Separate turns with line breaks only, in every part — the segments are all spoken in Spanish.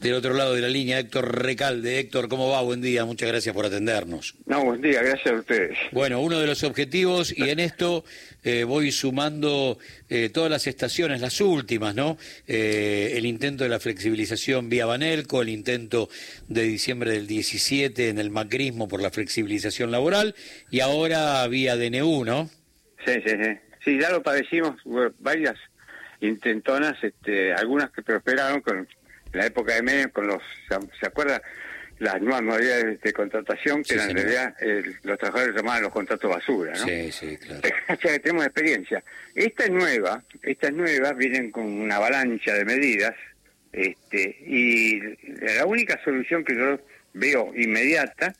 Del otro lado de la línea, Héctor Recalde. Héctor, ¿cómo va? Buen día, muchas gracias por atendernos.
No, buen día, gracias a ustedes.
Bueno, uno de los objetivos, y en esto eh, voy sumando eh, todas las estaciones, las últimas, ¿no? Eh, el intento de la flexibilización vía Banelco, el intento de diciembre del 17 en el macrismo por la flexibilización laboral, y ahora vía DNU, ¿no?
Sí, sí, sí. Sí, ya lo padecimos, bueno, varias intentonas, este, algunas que prosperaron con en la época de Menem con los, ¿se acuerda? Las nuevas modalidades de contratación,
Sí,
que en
señor.
realidad eh, los trabajadores llamaban los contratos basura, ¿no?
Sí, sí, claro.
o sea que tenemos experiencia. Esta es nueva, esta es nueva, vienen con una avalancha de medidas, este, y la única solución que yo veo inmediata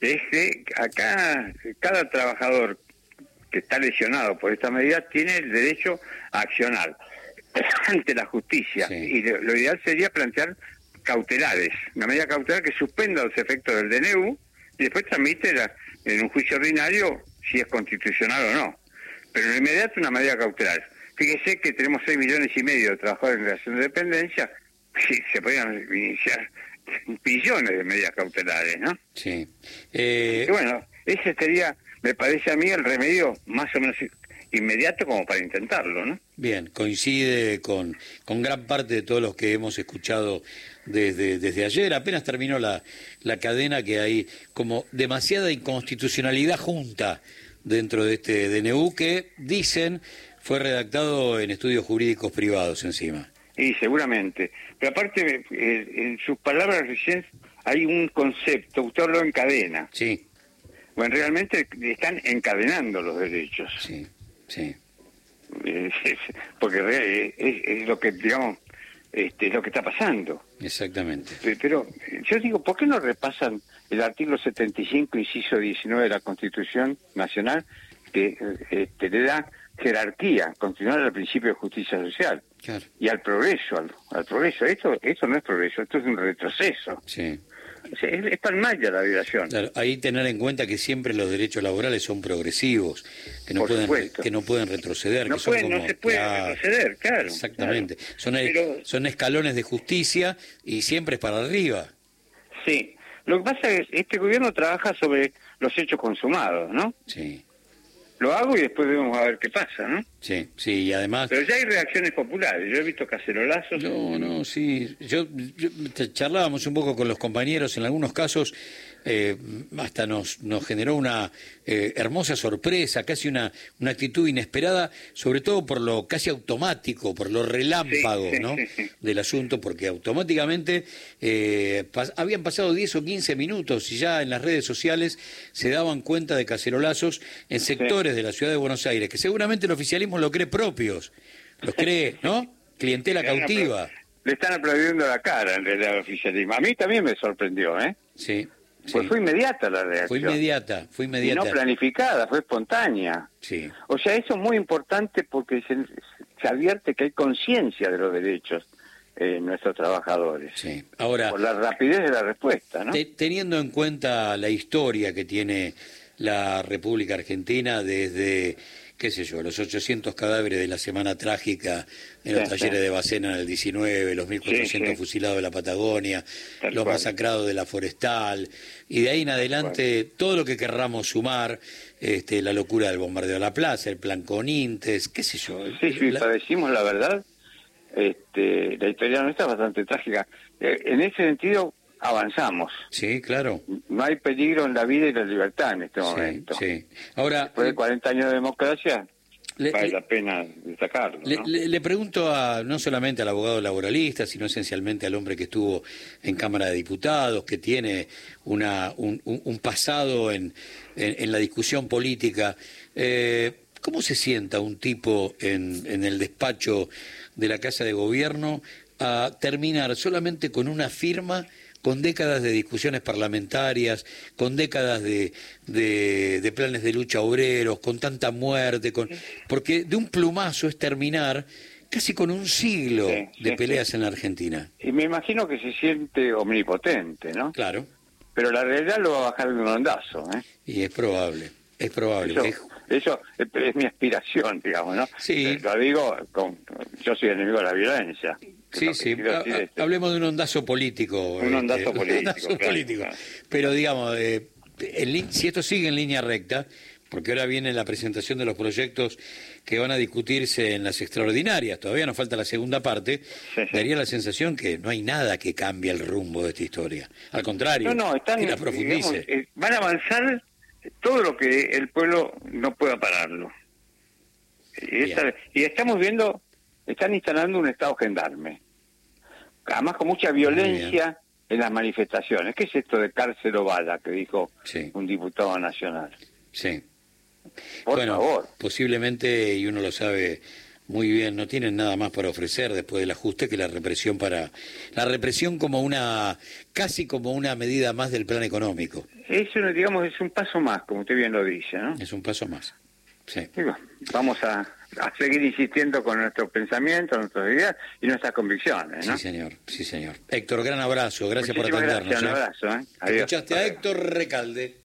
es que acá cada trabajador que está lesionado por esta medida tiene el derecho a accionar ante la justicia
Sí.
y lo, lo ideal sería plantear cautelares, una medida cautelar que suspenda los efectos del DNU y después tramite la- en un juicio ordinario si es constitucional o no. Pero en lo inmediato una medida cautelar. Fíjese que tenemos 6 millones y medio de trabajadores en relación de dependencia, sí, se podrían iniciar billones de medidas cautelares, ¿no?
Sí. Eh,
Y bueno, ese sería, me parece a mí, el remedio más o menos inmediato como para intentarlo, ¿no?
Bien, coincide con, con gran parte de todos los que hemos escuchado desde, desde ayer. Apenas terminó la, la cadena que hay como demasiada inconstitucionalidad junta dentro de este DNU que dicen fue redactado en estudios jurídicos privados encima.
Y seguramente. Pero aparte, eh, en sus palabras recién hay un concepto, usted habló en cadena.
Sí,
Bueno, realmente están encadenando los derechos.
sí, sí.
Eh, es- porque re- eh, es, es lo que, digamos, este, es lo que está pasando.
Exactamente.
Pe- Pero eh, yo digo, ¿por qué no repasan el artículo 75, inciso 19 de la Constitución Nacional, que eh, este, le da jerarquía constitucional al principio de justicia social?
Claro.
y al progreso, al, al progreso. Esto, esto no es progreso, esto es un retroceso.
Sí.
O sea, es, es palmaya la violación.
Claro, ahí tener en cuenta que siempre los derechos laborales son progresivos, que no
Por
pueden re-
supuesto.
que no pueden retroceder,
No,
que son
puede, no
como-
se puede
Claro.
retroceder, claro.
Exactamente.
claro.
Son,
Pero-
son escalones de justicia y siempre es para arriba.
Sí. Lo que pasa es que este gobierno trabaja sobre los hechos consumados, ¿no?
Sí,
Lo hago y después vemos a ver qué pasa, ¿no?
sí, sí. Y además.
Pero ya hay reacciones populares. Yo he visto cacerolazos.
No, no, sí. Yo, yo- te- charlábamos un poco con los compañeros. En algunos casos eh, hasta nos, nos generó una eh, hermosa sorpresa, casi una, una actitud inesperada, sobre todo por lo casi automático, por lo relámpago,
Sí, sí,
¿no?
sí, sí.
del asunto porque automáticamente eh, pas- habían pasado 10 o 15 minutos y ya en las redes sociales se daban cuenta de cacerolazos en sectores de la ciudad de Buenos Aires, que seguramente el oficialismo lo cree propios, los cree, ¿no? Clientela
Le han
cautiva.
apla- Le están aplaudiendo la cara, en realidad, al oficialismo. A mí también me sorprendió, ¿eh?
Sí, sí.
Pues fue inmediata la reacción.
Fue inmediata, fue
Y no
inmediata.
planificada, fue espontánea.
Sí,
O sea, eso es muy importante porque se, se advierte que hay conciencia de los derechos eh, en nuestros trabajadores.
sí. Ahora,
Por la rapidez de la respuesta, ¿no?
Te- teniendo en cuenta la historia que tiene la República Argentina desde, qué sé yo, los 800 cadáveres de la Semana Trágica en los
Sí, sí.
talleres de Bacena en el 19, los 1400
Sí, sí.
fusilados de la Patagonia,
Tal
los
cual.
masacrados de la Forestal, y de ahí en adelante todo lo que querramos sumar, este, la locura del bombardeo a la plaza, el plan Conintes, qué sé yo.
Sí, sí,
la-
padecimos la verdad. Este, la historia nuestra es bastante trágica. Eh, en ese sentido, avanzamos.
sí, claro.
No hay peligro en la vida y la libertad en este
Sí,
momento.
sí. Ahora,
Después de 40 años de democracia,
le-
vale
le-
la pena destacarlo.
Le,
¿no?
le- le pregunto a, no solamente al abogado laboralista, sino esencialmente al hombre que estuvo en Cámara de Diputados, que tiene una, un, un- un pasado en, en- en la discusión política. Eh, ¿Cómo se sienta un tipo en, en el despacho de la Casa de Gobierno a terminar solamente con una firma? con décadas de discusiones parlamentarias, con décadas de, de- de planes de lucha obreros, con tanta muerte, con porque de un plumazo es terminar casi con un siglo
Sí, sí,
de peleas en la Argentina.
Y me imagino que se siente omnipotente, ¿no?
Claro,
Pero la realidad lo va a bajar de un ondazo, ¿eh?
y es probable, es probable.
Eso,
Es-
eso es, es mi aspiración, digamos, ¿no?
Sí.
Eh, Lo digo, con, yo soy enemigo de la violencia.
Sí, sí, ha- ha- hablemos de un ondazo político.
este, Un ondazo
este,
político, claro,
político.
claro.
Pero digamos, eh, en li- si esto sigue en línea recta, porque ahora viene la presentación de los proyectos que van a discutirse en las extraordinarias, todavía nos falta la segunda parte,
Sí, sí.
daría la sensación que no hay nada que cambie el rumbo de esta historia. Al contrario,
No, no, están,
que la profundice.
digamos, eh, van a avanzar todo lo que el pueblo no pueda pararlo. Y, esta-
Bien.
y estamos viendo, están instalando un Estado gendarme. Además con mucha violencia en las manifestaciones. ¿Qué es esto de cárcel ovada que dijo
Sí.
un diputado nacional?
Sí.
Por
bueno,
favor.
posiblemente, y uno lo sabe muy bien, no tienen nada más para ofrecer después del ajuste que la represión para la represión como una casi como una medida más del plan económico.
Es, un- digamos, es un paso más, como usted bien lo dice, ¿no?
Es un paso más. Sí.
Y bueno, vamos a, a seguir insistiendo con nuestros pensamientos, nuestras ideas y nuestras convicciones, ¿no?
Sí, señor. Sí, señor. Héctor, gran abrazo. Gracias por
Muchísimas
atendernos.
Gracias, un
¿eh?
abrazo. ¿eh? Adiós.
Escuchaste a
Hasta luego.
Héctor Recalde.